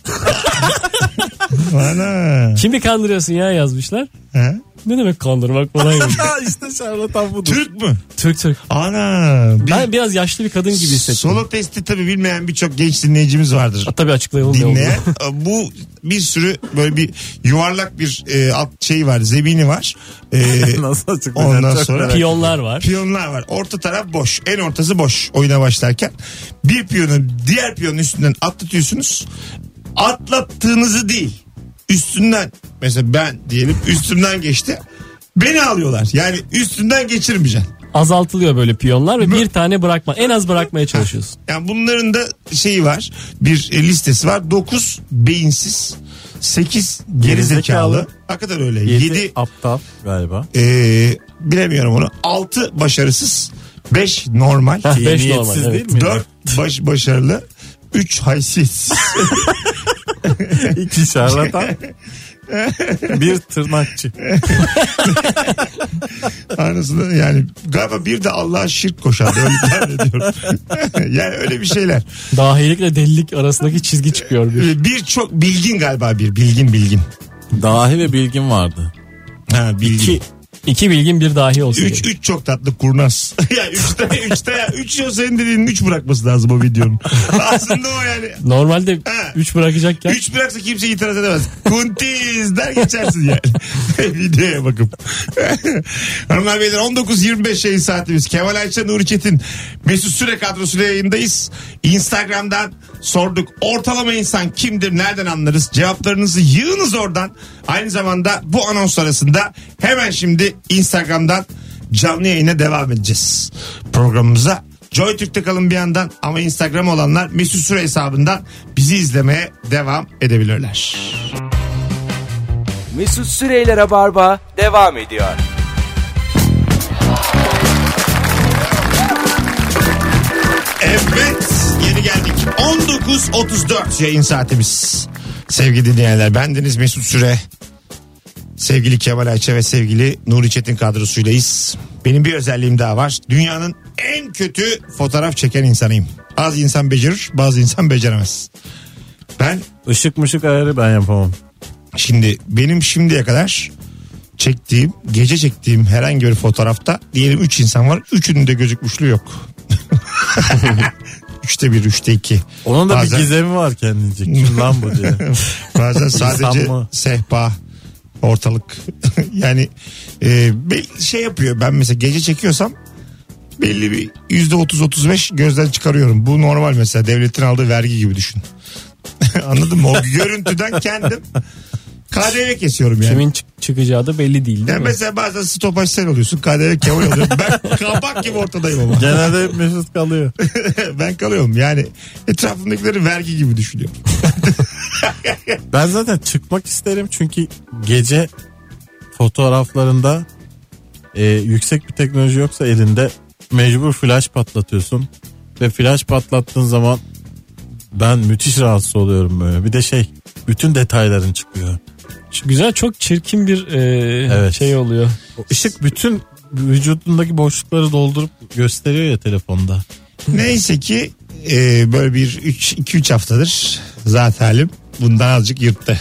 [SPEAKER 2] Ana.
[SPEAKER 4] Kimi kandırıyorsun ya yazmışlar.
[SPEAKER 2] Ha?
[SPEAKER 4] Ne demek kandırmak falan yazıyor.
[SPEAKER 3] Ha, işte şarlatan budur.
[SPEAKER 2] Türk mü?
[SPEAKER 4] Türk Türk.
[SPEAKER 2] Ana. Bir-
[SPEAKER 4] Ben biraz yaşlı bir kadın gibi hissettim.
[SPEAKER 2] Solo testi tabii bilmeyen birçok genç dinleyicimiz vardır.
[SPEAKER 4] Ha, Tabii açıklayalım ne oldu.
[SPEAKER 2] dinleyen. Bu bir sürü böyle bir yuvarlak bir e, alt şey var, zemini var. E,
[SPEAKER 3] Nasıl açıklayacaksın?
[SPEAKER 2] Ondan
[SPEAKER 3] Çok
[SPEAKER 2] sonra-
[SPEAKER 3] merak-
[SPEAKER 4] Piyonlar var.
[SPEAKER 2] piyonlar var. Orta taraf boş. En ortası boş oyuna başlarken. Bir piyonu diğer piyonun üstünden atlatıyorsunuz. Atlattığınızı değil. Üstünden mesela ben diyelim üstümden geçti. Beni alıyorlar. Yani üstünden geçirmeyeceksin.
[SPEAKER 4] Azaltılıyor böyle piyonlar ve bir tane bırakma. En az bırakmaya çalışıyorsun.
[SPEAKER 2] Yani bunların da şeyi var. Bir e, listesi var. 9 beyinsiz. 8 gerizekalı.
[SPEAKER 3] Gerizekalı.
[SPEAKER 2] Hakikaten öyle.
[SPEAKER 3] Yedi
[SPEAKER 2] 7
[SPEAKER 3] aptal galiba.
[SPEAKER 2] e, bilemiyorum onu. 6 başarısız. 5 normal.
[SPEAKER 4] Heh, beş
[SPEAKER 3] Niyetsiz
[SPEAKER 4] normal, evet.
[SPEAKER 3] değil mi?
[SPEAKER 2] 4 baş, başarılı. 3 haysiyetsiz.
[SPEAKER 3] İki şarlatan. bir tırnakçı.
[SPEAKER 2] Anasını yani galiba bir de Allah'a şirk koşar. Öyle zannediyorum. yani öyle bir şeyler.
[SPEAKER 4] Dahilikle delilik arasındaki çizgi çıkıyor bir.
[SPEAKER 2] Ee, Bir çok bilgin galiba bir. Bilgin bilgin.
[SPEAKER 3] Dahi ve bilgin vardı.
[SPEAKER 2] Ha bilgin.
[SPEAKER 4] İki, iki bilgin bir dahi olsun.
[SPEAKER 2] 3 üç çok tatlı kurnaz. ya üçte üçte ya. Üç yok senin dediğin üç bırakması lazım o videonun. Aslında o yani.
[SPEAKER 4] Normalde
[SPEAKER 2] Ha.
[SPEAKER 4] 3 bırakacakken
[SPEAKER 2] Üç bıraksa kimse itiraz edemez. Kuntiz der geçersin yani. Videoya bakıp. Hanımlar beyler 19.25 yayın saatimiz. Kemal Ayça, Nuri Çetin. Mesut Süre kadrosuyla yayındayız. Instagram'dan sorduk. Ortalama insan kimdir? Nereden anlarız? Cevaplarınızı yığınız oradan. Aynı zamanda bu anons arasında hemen şimdi Instagram'dan canlı yayına devam edeceğiz. Programımıza Joy Türk'te kalın bir yandan ama Instagram olanlar Mesut Süre hesabından bizi izlemeye devam edebilirler.
[SPEAKER 1] Mesut Süreyler'e barba devam ediyor.
[SPEAKER 2] Evet yeni geldik. 19.34 yayın saatimiz. Sevgili dinleyenler bendeniz Mesut Süre. Sevgili Kemal Ayça ve sevgili Nuri Çetin kadrosuylayız. Benim bir özelliğim daha var. Dünyanın en kötü fotoğraf çeken insanıyım. Az insan becerir bazı insan beceremez. Ben
[SPEAKER 3] Işık mışık ayarı ben yapamam.
[SPEAKER 2] Şimdi benim şimdiye kadar çektiğim, gece çektiğim herhangi bir fotoğrafta diyelim 3 insan var. Üçünün de gözükmüşlüğü yok. üçte bir, üçte iki.
[SPEAKER 3] Onun da
[SPEAKER 2] Bazen-
[SPEAKER 3] bir gizemi var kendince. Kim lan bu diye.
[SPEAKER 2] Bazen sadece
[SPEAKER 3] İnsan mı?
[SPEAKER 2] sehpa, ortalık. yani e, belli şey yapıyor. Ben mesela gece çekiyorsam belli bir yüzde otuz otuz beş gözden çıkarıyorum. Bu normal mesela devletin aldığı vergi gibi düşün. Anladın mı? O görüntüden kendim KDV kesiyorum yani.
[SPEAKER 4] kimin çık- çıkacağı da belli değil. değil
[SPEAKER 2] Yani
[SPEAKER 4] mi?
[SPEAKER 2] mesela bazen stopaj sen oluyorsun. KDV Kemal oluyor. Ben kabak gibi ortadayım ama.
[SPEAKER 3] Genelde hep Mesut kalıyor.
[SPEAKER 2] ben kalıyorum. Yani etrafımdakileri vergi gibi düşünüyorum.
[SPEAKER 3] Ben zaten çıkmak isterim çünkü gece fotoğraflarında e, yüksek bir teknoloji yoksa elinde mecbur flash patlatıyorsun. Ve flash patlattığın zaman ben müthiş rahatsız oluyorum böyle. Bir de şey bütün detayların çıkıyor.
[SPEAKER 4] Şu Güzel çok çirkin bir e,
[SPEAKER 3] Evet.
[SPEAKER 4] şey oluyor.
[SPEAKER 3] O ışık bütün vücudundaki boşlukları doldurup gösteriyor ya telefonda.
[SPEAKER 2] Neyse ki e, böyle bir 2-3 haftadır zaten halim bundan azıcık yırttı.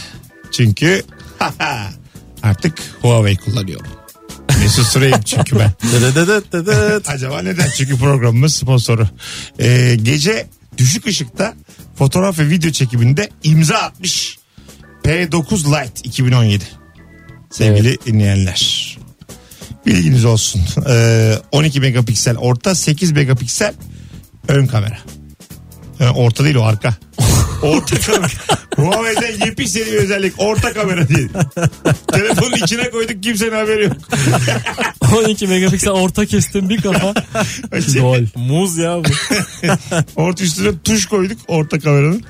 [SPEAKER 2] Çünkü artık Huawei kullanıyorum. Mesut Süreyim çünkü ben.
[SPEAKER 3] Dedededededet.
[SPEAKER 2] Acaba neden? Çünkü programımız sponsoru. Ee, gece düşük ışıkta fotoğraf ve video çekiminde imza atmış. P9 Lite 2017. Sevgili dinleyenler. Bilginiz olsun. Ee, 12 megapiksel orta, 8 megapiksel ön kamera. Ha, orta değil o arka. Orta kamera. Huawei'den yepyeni bir özellik. Orta kamera değil. Telefonun içine koyduk kimsenin haberi yok.
[SPEAKER 4] 12 megapiksel orta kestim bir kafa. Gol.
[SPEAKER 3] Muz ya bu.
[SPEAKER 2] Orta üstüne tuş koyduk orta kameranın.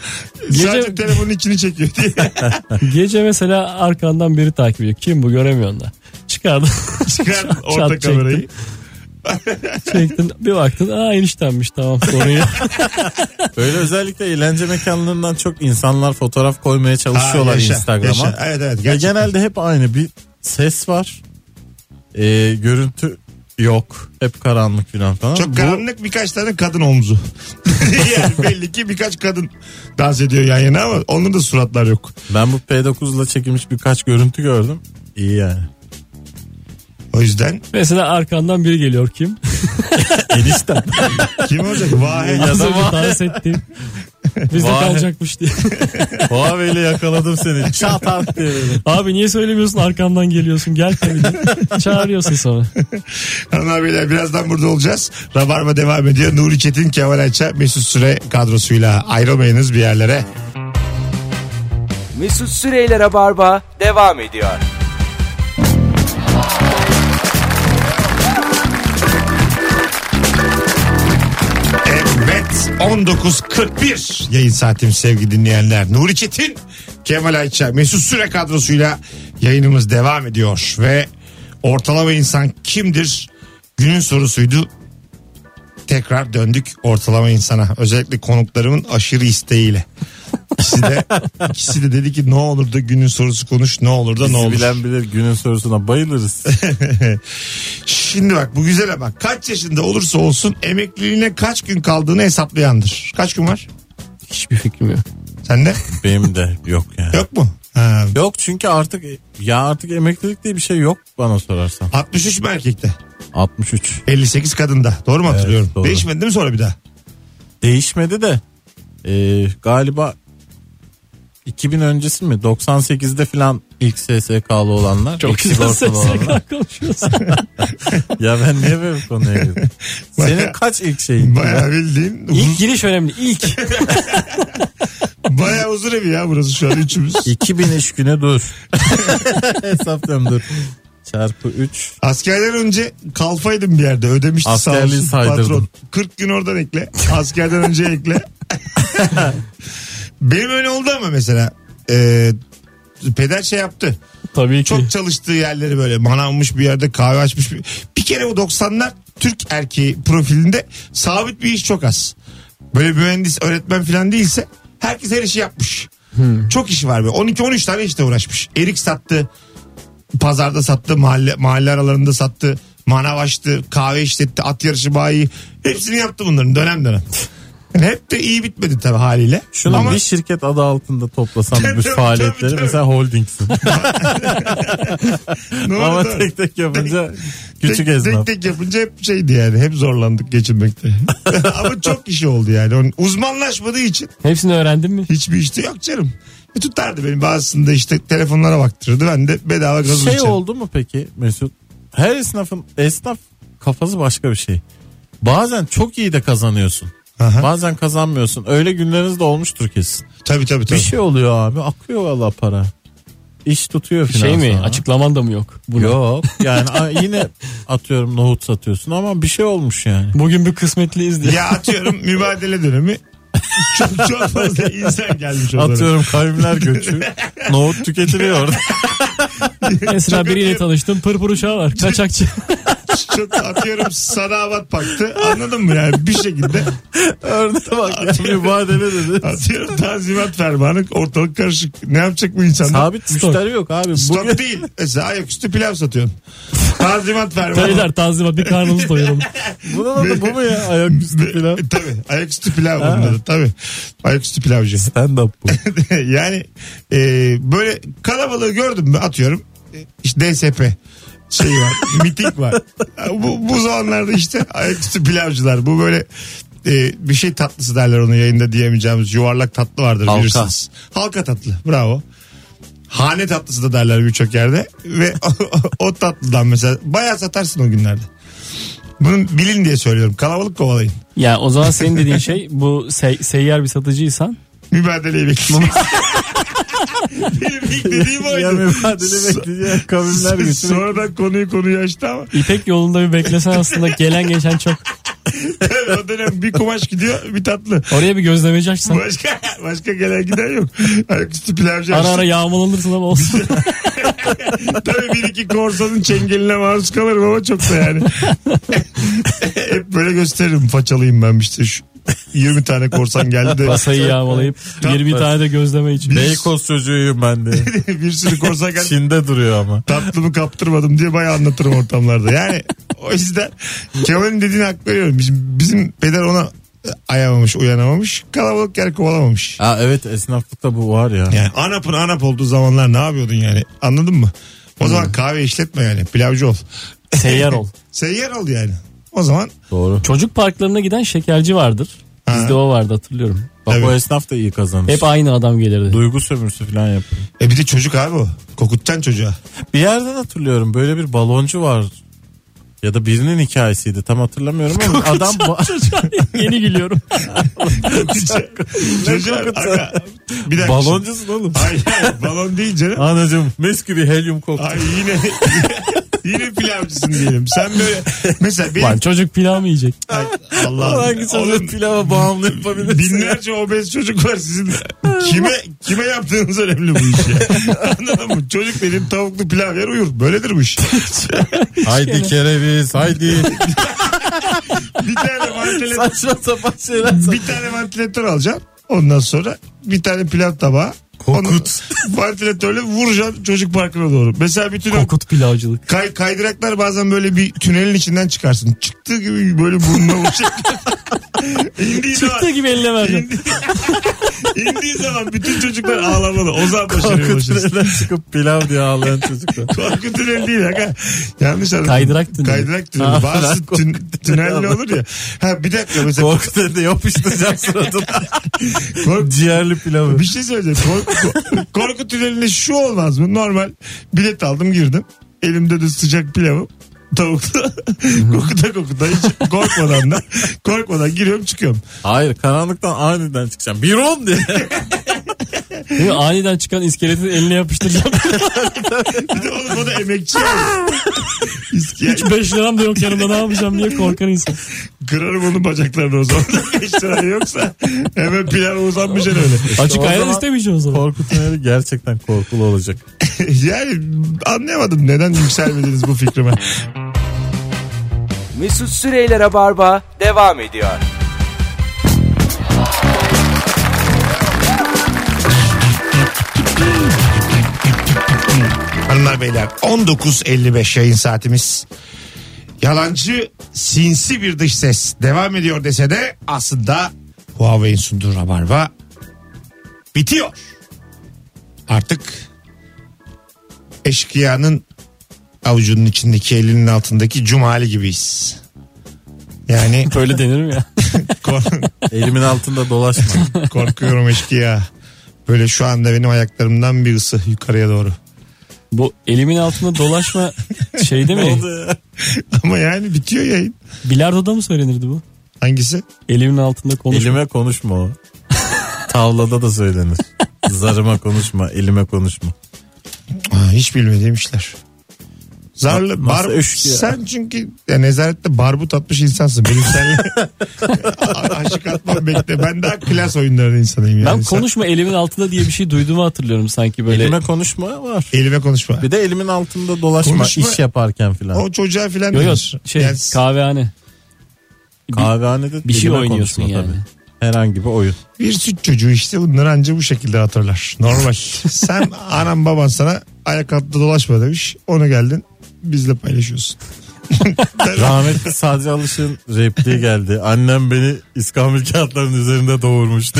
[SPEAKER 4] Gece-
[SPEAKER 2] Sadece telefonun içini çekiyor diye.
[SPEAKER 4] Gece mesela arkandan biri takip ediyor. Kim bu göremiyorsun da. Çıkardın
[SPEAKER 2] Çıkar orta
[SPEAKER 4] çektim.
[SPEAKER 2] kamerayı.
[SPEAKER 4] çektin bir baktın. Aa eniştenmiş tamam sorun yok.
[SPEAKER 3] Böyle özellikle eğlence mekanlarından çok insanlar fotoğraf koymaya çalışıyorlar
[SPEAKER 2] yaşa,
[SPEAKER 3] Instagram'a.
[SPEAKER 2] yaşa. Evet evet.
[SPEAKER 3] Ya
[SPEAKER 2] Gerçekten.
[SPEAKER 3] genelde hep aynı bir ses var. Ee, görüntü yok. Hep karanlık falan falan.
[SPEAKER 2] Çok
[SPEAKER 3] Bu-
[SPEAKER 2] karanlık birkaç tane kadın omzu. yani belli ki birkaç kadın dans ediyor yan yana ama onun da suratlar yok.
[SPEAKER 3] ben bu P9 ile çekilmiş birkaç görüntü gördüm. İyi yani.
[SPEAKER 2] O yüzden
[SPEAKER 4] mesela arkandan biri geliyor kim?
[SPEAKER 3] Enişten.
[SPEAKER 2] kim olacak? Vay.
[SPEAKER 3] Ya
[SPEAKER 4] Az
[SPEAKER 3] da
[SPEAKER 4] önce
[SPEAKER 3] va-
[SPEAKER 4] dans ettiğim. Bizde
[SPEAKER 3] Vay.
[SPEAKER 4] kalacakmış diye.
[SPEAKER 3] Huawei'yle yakaladım seni. Çat at diye dedim.
[SPEAKER 4] Abi niye söylemiyorsun arkamdan geliyorsun gel tabii. diye. Çağırıyorsun sonra.
[SPEAKER 2] Hanımlar beyler birazdan burada olacağız. Rabarba devam ediyor. Nuri Çetin, Kemal Ayça, Mesut Süre kadrosuyla ayrılmayınız bir yerlere.
[SPEAKER 1] Mesut Süreyler'e barba devam ediyor.
[SPEAKER 2] Evet 19.41 yayın saatim sevgili dinleyenler. Nuri Çetin, Kemal Ayça, Mesut Süre kadrosuyla yayınımız devam ediyor. Ve ortalama insan kimdir? Günün sorusuydu. tekrar döndük ortalama insana. Özellikle konuklarımın aşırı isteğiyle. İkisi de, ikisi de dedi ki ne olur da günün sorusu konuş ne olur da ne
[SPEAKER 3] Bizi
[SPEAKER 2] olur.
[SPEAKER 3] bilen bilir günün sorusuna bayılırız.
[SPEAKER 2] Şimdi bak bu güzel ama kaç yaşında olursa olsun emekliliğine kaç gün kaldığını hesaplayandır. Kaç gün var?
[SPEAKER 4] Hiçbir fikrim yok.
[SPEAKER 2] Sende
[SPEAKER 3] Benim de yok yani.
[SPEAKER 2] yok mu? Ha,
[SPEAKER 3] Yok çünkü artık ya artık emeklilik diye bir şey yok bana sorarsan.
[SPEAKER 2] 63 mi erkekte?
[SPEAKER 3] 63.
[SPEAKER 2] 58 kadında. Doğru mu hatırlıyorum?
[SPEAKER 3] doğru.
[SPEAKER 2] Değişmedi değil mi sonra bir daha?
[SPEAKER 3] Değişmedi de e, galiba 2000 öncesi mi 98'de filan ilk SSK'lı olanlar
[SPEAKER 4] Çok
[SPEAKER 3] ilk
[SPEAKER 4] güzel
[SPEAKER 3] sigortalı olanlar.
[SPEAKER 4] sesle konuşuyorsun.
[SPEAKER 3] Ya ben niye böyle bir konuya girdim? Senin kaç ilk şeyin?
[SPEAKER 2] Bayağı bildiğin
[SPEAKER 4] İlk giriş önemli. İlk.
[SPEAKER 2] bayağı uzun evi ya burası şu an üçümüz.
[SPEAKER 3] 2000 iş güne dur. Hesaplıyorum dur. Çarpı 3.
[SPEAKER 2] Askerden önce kalfaydım bir yerde ödemişti sağ
[SPEAKER 3] Askerliği
[SPEAKER 2] olsun
[SPEAKER 3] saydırdım.
[SPEAKER 2] patron. 40 gün oradan ekle. Askerden önce ekle. Benim öyle oldu ama mesela. Ee, peder şey yaptı.
[SPEAKER 4] Tabii ki.
[SPEAKER 2] Çok çalıştığı yerleri böyle manavmış bir yerde kahve açmış. Bir, bir kere o 90'lar Türk erkeği profilinde sabit bir iş çok az. Böyle mühendis öğretmen falan değilse herkes her işi yapmış. Çok işi var be. 12-13 tane işte uğraşmış. Erik sattı. Pazarda sattı. Mahalle, mahalle aralarında sattı. Manav açtı. Kahve işletti. At yarışı bayi. Hepsini yaptı bunların dönem dönem. Yani hep de iyi bitmedi tabii haliyle.
[SPEAKER 3] Şunu
[SPEAKER 2] Ama
[SPEAKER 3] bir şirket adı altında toplasan
[SPEAKER 2] Tabii,
[SPEAKER 3] bu
[SPEAKER 2] tabii,
[SPEAKER 3] faaliyetleri
[SPEAKER 2] tabii, tabii.
[SPEAKER 3] mesela holdingsin.
[SPEAKER 2] ne oldu
[SPEAKER 3] Ama
[SPEAKER 2] da?
[SPEAKER 3] tek tek yapınca küçük
[SPEAKER 2] tek, Tek
[SPEAKER 3] esnaf.
[SPEAKER 2] tek yapınca hep şeydi yani. Hep zorlandık geçinmekte. Ama çok kişi oldu yani. Onun uzmanlaşmadığı için
[SPEAKER 4] Hepsini öğrendin mi?
[SPEAKER 2] hiçbir işte yok canım. E tutardı beni bazısında işte telefonlara baktırırdı. Ben de bedava gazoz
[SPEAKER 3] Şey
[SPEAKER 2] içerdim.
[SPEAKER 3] oldu mu peki Mesut? Her esnafın esnaf kafası başka bir şey. Bazen çok iyi de kazanıyorsun.
[SPEAKER 2] Aha.
[SPEAKER 3] Bazen kazanmıyorsun. Öyle günleriniz de olmuştur kesin.
[SPEAKER 2] Tabii tabii tabii.
[SPEAKER 3] Bir şey oluyor abi. Akıyor valla para. İş tutuyor filan.
[SPEAKER 4] Şey mi?
[SPEAKER 3] sonra.
[SPEAKER 4] Açıklaman da mı yok? Buna?
[SPEAKER 3] Yok. Yani a- yine atıyorum nohut satıyorsun ama bir şey olmuş yani.
[SPEAKER 4] Bugün bir kısmetliyiz diye.
[SPEAKER 2] Ya atıyorum mübadele dönemi. Çok, çok fazla insan gelmiş o dönem.
[SPEAKER 3] Atıyorum kavimler göçü. nohut tüketiliyor orada.
[SPEAKER 4] Mesela biriyle tanıştım. Pırpır uçağı var. Kaçakçı.
[SPEAKER 2] Çok atıyorum sadavat paktı. Anladın mı yani bir şekilde.
[SPEAKER 3] Orada bak ya, mübadele dedi.
[SPEAKER 2] Atıyorum tanzimat fermanı ortalık karışık. Ne yapacak bu insanlar?
[SPEAKER 3] Sabit müşteri yok abi.
[SPEAKER 2] Stok
[SPEAKER 3] Bugün
[SPEAKER 2] değil. Mesela ayaküstü pilav satıyorsun. Tanzimat fermanı.
[SPEAKER 4] Beyler tanzimat bir karnımızı doyuralım.
[SPEAKER 3] bunun adı bu mu ya? Ayaküstü filan.
[SPEAKER 2] E, tabii. Ayaküstü pilav onun adı. Tabii. Ayaküstü pilavcı.
[SPEAKER 3] Stand up bu.
[SPEAKER 2] yani e, böyle kalabalığı gördüm mü atıyorum. E, İşte DSP şey var. miting var. Bu, bu zamanlarda işte ayaküstü pilavcılar. Bu böyle e, bir şey tatlısı derler onu yayında diyemeyeceğimiz yuvarlak tatlı vardır
[SPEAKER 3] Halka.
[SPEAKER 2] bilirsiniz. Halka tatlı. Bravo. Hane tatlısı da derler birçok yerde. Ve o, o tatlıdan mesela bayağı satarsın o günlerde. Bunu bilin diye söylüyorum. Kalabalık kovalayın.
[SPEAKER 4] Ya o zaman senin dediğin şey bu sey- seyyar bir satıcıysan
[SPEAKER 2] Mübadeleyi bekleyeceğiz. Benim ilk dediğim
[SPEAKER 3] Ya
[SPEAKER 2] oydu.
[SPEAKER 3] mübadele bekleyeceğim kavimler göçü.
[SPEAKER 2] Sonradan konuyu konuyu açtı ama
[SPEAKER 4] İpek yolunda bir beklesen aslında gelen geçen çok.
[SPEAKER 2] o dönem bir kumaş gidiyor bir tatlı.
[SPEAKER 4] Oraya bir gözlemeci açsan.
[SPEAKER 2] Başka başka gelen giden yok. Ayaküstü pilavcı
[SPEAKER 4] Ara
[SPEAKER 2] açtı.
[SPEAKER 4] ara yağmalanırsın ama olsun.
[SPEAKER 2] Tabii bir iki korsanın çengeline maruz kalırım ama çok da yani. Hep böyle gösteririm façalıyım ben işte şu 20 tane korsan geldi de
[SPEAKER 4] Masayı yağmalayıp 20 tane de gözleme için.
[SPEAKER 3] Beykoz çocuğuyum ben de.
[SPEAKER 2] bir sürü korsan geldi.
[SPEAKER 3] Çin'de duruyor ama.
[SPEAKER 2] tatlımı kaptırmadım diye bayağı anlatırım ortamlarda. Yani o yüzden Kemal'in dediğine hak veriyorum. Bizim, bizim peder ona ayamamış, uyanamamış. Kalabalık yer kovalamamış.
[SPEAKER 3] Aa, evet esnaflıkta bu var ya.
[SPEAKER 2] Yani anapın anap olduğu zamanlar ne yapıyordun yani? Anladın mı? O zaman kahve işletme yani. Pilavcı ol.
[SPEAKER 4] Hmm. Seyyar ol.
[SPEAKER 2] Seyyar ol yani. O zaman
[SPEAKER 3] Doğru.
[SPEAKER 4] Çocuk parklarına giden şekerci vardır. Bizde o vardı hatırlıyorum.
[SPEAKER 3] Bak
[SPEAKER 2] Evet.
[SPEAKER 3] o esnaf da iyi kazanmış.
[SPEAKER 4] Hep aynı adam gelirdi.
[SPEAKER 3] Duygu sömürüsü falan yapıyor.
[SPEAKER 2] e bir de çocuk abi o. Kokutacaksın çocuğa.
[SPEAKER 3] Bir yerden hatırlıyorum böyle bir baloncu var. Ya da birinin hikayesiydi tam hatırlamıyorum ama adam ba-
[SPEAKER 4] Yeni gülüyorum.
[SPEAKER 2] çocuğa.
[SPEAKER 3] kokutacaksın?
[SPEAKER 2] Aga, bir dakika.
[SPEAKER 3] baloncusun oğlum.
[SPEAKER 2] Hayır, hayır, balon değil canım.
[SPEAKER 3] Anacım mis gibi helyum koktu.
[SPEAKER 2] Ay yine yine pilavcısın diyelim. Sen böyle mesela benim
[SPEAKER 4] Lan Hani çocuk pilav mı yiyecek?
[SPEAKER 2] Ay,
[SPEAKER 3] Ulan
[SPEAKER 2] Allah.
[SPEAKER 3] Hangi
[SPEAKER 2] Oğlum,
[SPEAKER 3] sözü pilava bağımlı yapabilirsin? ya?
[SPEAKER 2] binlerce obez çocuk var sizin. Kime kime yaptığınız önemli bu iş ya. Anladın mı? Çocuk dedim tavuklu pilav yer uyur. Böyledir bu iş.
[SPEAKER 3] Haydi kereviz haydi.
[SPEAKER 2] bir tane vantilatör,
[SPEAKER 5] Saçma sapan şeyler.
[SPEAKER 2] bir tane vantilatör alacaksın. Ondan sonra bir tane pilav tabağı.
[SPEAKER 3] Kokut.
[SPEAKER 2] Onu vantilatörle vuracaksın çocuk parkına doğru. Mesela bütün o
[SPEAKER 4] Kokut pilavcılık.
[SPEAKER 2] kay, kaydıraklar bazen böyle bir tünelin içinden çıkarsın. Çıktığı gibi böyle burnuna vuracak. İndiği
[SPEAKER 4] Çıktığı
[SPEAKER 2] zaman,
[SPEAKER 4] gibi eline verdim.
[SPEAKER 2] indiği zaman bütün çocuklar ağlamalı. O zaman başarıya
[SPEAKER 3] Korkut
[SPEAKER 2] ulaşırsın.
[SPEAKER 3] Tünel'den çıkıp pilav diye ağlayan çocuklar.
[SPEAKER 2] Korku tüneli değil aga. Yanlış anladım.
[SPEAKER 4] Kaydırak tüneli.
[SPEAKER 2] Kaydırak tüneli.
[SPEAKER 3] Ha,
[SPEAKER 2] Bazı
[SPEAKER 3] korku
[SPEAKER 2] tün, tünelli olur ya. Ha bir dakika mesela
[SPEAKER 3] Korkut dedi yapıştıracağım suratına.
[SPEAKER 2] kork-
[SPEAKER 3] Ciğerli pilavı.
[SPEAKER 2] bir şey söyleyeceğim. Korku, korku tünelinde şu olmaz mı? Normal bilet aldım girdim. Elimde de sıcak pilavım. Tavuklu. kokuta kokuta hiç korkmadan da korkmadan giriyorum çıkıyorum.
[SPEAKER 3] Hayır karanlıktan aniden çıkacağım. Bir on diye.
[SPEAKER 4] Değil mi? Aniden çıkan iskeletin eline yapıştıracağım.
[SPEAKER 2] Bir de oğlum o da emekçi. yani. İskiye,
[SPEAKER 4] 5 liram da yok yanımda ne yapacağım diye korkan insan.
[SPEAKER 2] kırarım onun bacaklarını o zaman. Beş lira yoksa hemen pilava uzanmış öyle.
[SPEAKER 4] Açık
[SPEAKER 3] o
[SPEAKER 4] ayran
[SPEAKER 3] zaman-
[SPEAKER 4] istemeyeceğim o zaman.
[SPEAKER 3] Korkut Tüneli gerçekten korkulu olacak.
[SPEAKER 2] Yani anlayamadım neden yükselmediniz bu fikrime.
[SPEAKER 1] Mesut Süreyler'e barba devam ediyor.
[SPEAKER 2] Hanımlar beyler 19.55 yayın saatimiz. Yalancı sinsi bir dış ses devam ediyor dese de aslında Huawei'in sunduğu rabarba bitiyor. Artık eşkıyanın avucunun içindeki elinin altındaki cumali gibiyiz. Yani
[SPEAKER 4] Böyle denirim ya.
[SPEAKER 2] kork-
[SPEAKER 3] Elimin altında dolaşma.
[SPEAKER 2] korkuyorum eşkıya. Böyle şu anda benim ayaklarımdan bir ısı yukarıya doğru.
[SPEAKER 4] Bu elimin altında dolaşma şeyde mi?
[SPEAKER 2] Ama yani bitiyor yayın.
[SPEAKER 4] Bilardo'da mı söylenirdi bu?
[SPEAKER 2] Hangisi?
[SPEAKER 4] Elimin altında konuşma.
[SPEAKER 3] elime konuşma o. Tavlada da söylenir. Zarıma konuşma, elime konuşma.
[SPEAKER 2] Aa, hiç bilmediğim işler. Zarlı
[SPEAKER 3] Yapmaz
[SPEAKER 2] bar,
[SPEAKER 3] eşkıya.
[SPEAKER 2] sen çünkü ya nezarette barbut atmış insansın. Benim seninle A- aşık atmam bekle. Ben daha klas oyunlarının insanıyım. Yani.
[SPEAKER 4] Ben
[SPEAKER 2] Sen-
[SPEAKER 4] konuşma elimin altında diye bir şey duyduğumu hatırlıyorum sanki böyle.
[SPEAKER 3] Elime konuşma var.
[SPEAKER 2] Elime konuşma.
[SPEAKER 3] Bir de elimin altında dolaşma
[SPEAKER 2] Konuşma-
[SPEAKER 3] iş yaparken filan.
[SPEAKER 2] O çocuğa filan
[SPEAKER 4] Yo yo
[SPEAKER 2] denir.
[SPEAKER 4] şey
[SPEAKER 2] Yani-
[SPEAKER 4] kahvehane.
[SPEAKER 3] Kahvehanede
[SPEAKER 4] Bir şey
[SPEAKER 3] elime
[SPEAKER 4] oynuyorsun
[SPEAKER 3] konuşma
[SPEAKER 4] yani.
[SPEAKER 3] tabii. Herhangi bir oyun.
[SPEAKER 2] Bir süt çocuğu işte bunları anca bu şekilde hatırlar. Normal. Sen anam baban sana ayak altında dolaşma demiş. Onu geldin bizle paylaşıyorsun.
[SPEAKER 3] Rahmetli Sadri Alış'ın repliği geldi. Annem beni iskambil kağıtlarının üzerinde doğurmuştu.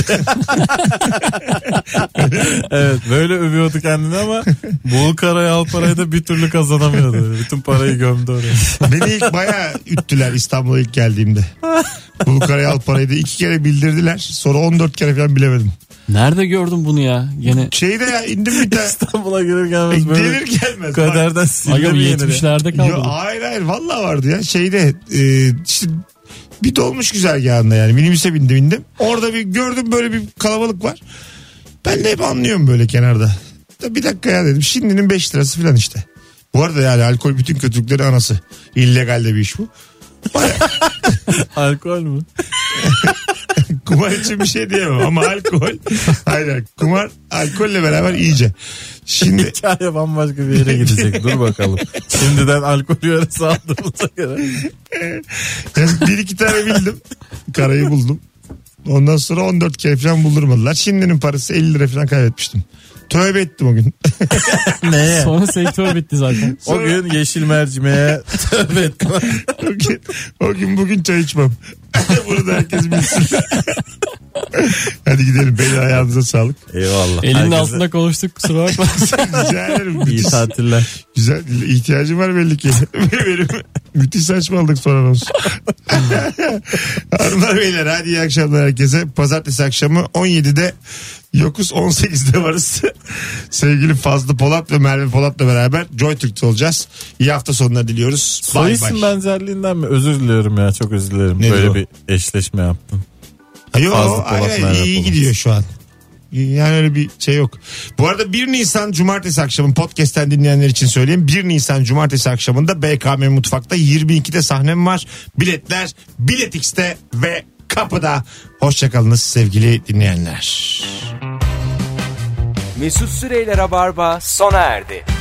[SPEAKER 3] evet böyle övüyordu kendini ama Buğul Kara'yı al parayı da bir türlü kazanamıyordu. Bütün parayı gömdü oraya.
[SPEAKER 2] Beni ilk bayağı üttüler İstanbul'a ilk geldiğimde. Bu karayal parayı da iki kere bildirdiler. Sonra 14 kere falan bilemedim.
[SPEAKER 4] Nerede gördüm bunu ya? Gene
[SPEAKER 2] Şeyde ya indim bir tane.
[SPEAKER 3] İstanbul'a gelir gelmez böyle
[SPEAKER 2] Gelir gelmez. Bak.
[SPEAKER 3] kaderden
[SPEAKER 4] Aga
[SPEAKER 3] sildi mi yenir ya?
[SPEAKER 4] 70'lerde
[SPEAKER 2] Yo,
[SPEAKER 4] kaldı.
[SPEAKER 2] hayır hayır valla vardı ya şeyde e, işte bir dolmuş güzergahında yani minibüse bindim indim. Orada bir gördüm böyle bir kalabalık var. Ben de hep anlıyorum böyle kenarda. Da bir dakika ya dedim şimdinin 5 lirası falan işte. Bu arada yani alkol bütün kötülüklerin anası. İllegal de bir iş bu.
[SPEAKER 3] Alkol mü?
[SPEAKER 2] kumar için bir şey diyemem ama alkol aynen kumar alkolle beraber iyice. Şimdi
[SPEAKER 3] Hikaye bambaşka bir yere gidecek. Dur bakalım. Şimdiden alkol yarısı aldığımıza göre.
[SPEAKER 2] e, bir iki tane bildim. Karayı buldum. Ondan sonra 14 kere falan buldurmadılar. Şimdinin parası 50 lira falan kaybetmiştim. Tövbe ettim o gün.
[SPEAKER 3] Neye?
[SPEAKER 4] Sonra sektör bitti zaten.
[SPEAKER 3] O gün yeşil mercimeğe tövbe ettim.
[SPEAKER 2] o, gün, o gün bugün çay içmem. Bunu da herkes bilsin. Hadi gidelim. Beni ayağınıza sağlık.
[SPEAKER 3] Eyvallah.
[SPEAKER 4] Elinin
[SPEAKER 3] Herkese
[SPEAKER 4] altında konuştuk kusura bakma.
[SPEAKER 2] Rica ederim.
[SPEAKER 3] iyi
[SPEAKER 2] Müthiş-
[SPEAKER 3] tatiller.
[SPEAKER 2] Güzel ihtiyacım var belli ki. Benim müthiş saçmalık sonra olsun. Hanımlar beyler hadi iyi akşamlar herkese. Pazartesi akşamı 17'de yokuz 18'de varız. Sevgili Fazlı Polat ve Merve Polat'la beraber Joy Türk'te olacağız. İyi hafta sonları diliyoruz.
[SPEAKER 3] Soy
[SPEAKER 2] Bay bay.
[SPEAKER 3] isim benzerliğinden mi? Özür diliyorum ya çok özür dilerim.
[SPEAKER 2] Nedir
[SPEAKER 3] Böyle
[SPEAKER 2] o?
[SPEAKER 3] bir eşleşme yaptım.
[SPEAKER 2] Ha, Yo,
[SPEAKER 3] Fazlı Polat,
[SPEAKER 2] aynen,
[SPEAKER 3] Merve
[SPEAKER 2] iyi
[SPEAKER 3] Polat.
[SPEAKER 2] gidiyor şu an. Yani öyle bir şey yok. Bu arada 1 Nisan cumartesi akşamı podcast'ten dinleyenler için söyleyeyim. 1 Nisan cumartesi akşamında BKM Mutfak'ta 22'de sahnem var. Biletler Bilet X'te ve kapıda. Hoşçakalınız sevgili dinleyenler.
[SPEAKER 1] Mesut Süreyler'e barba sona erdi.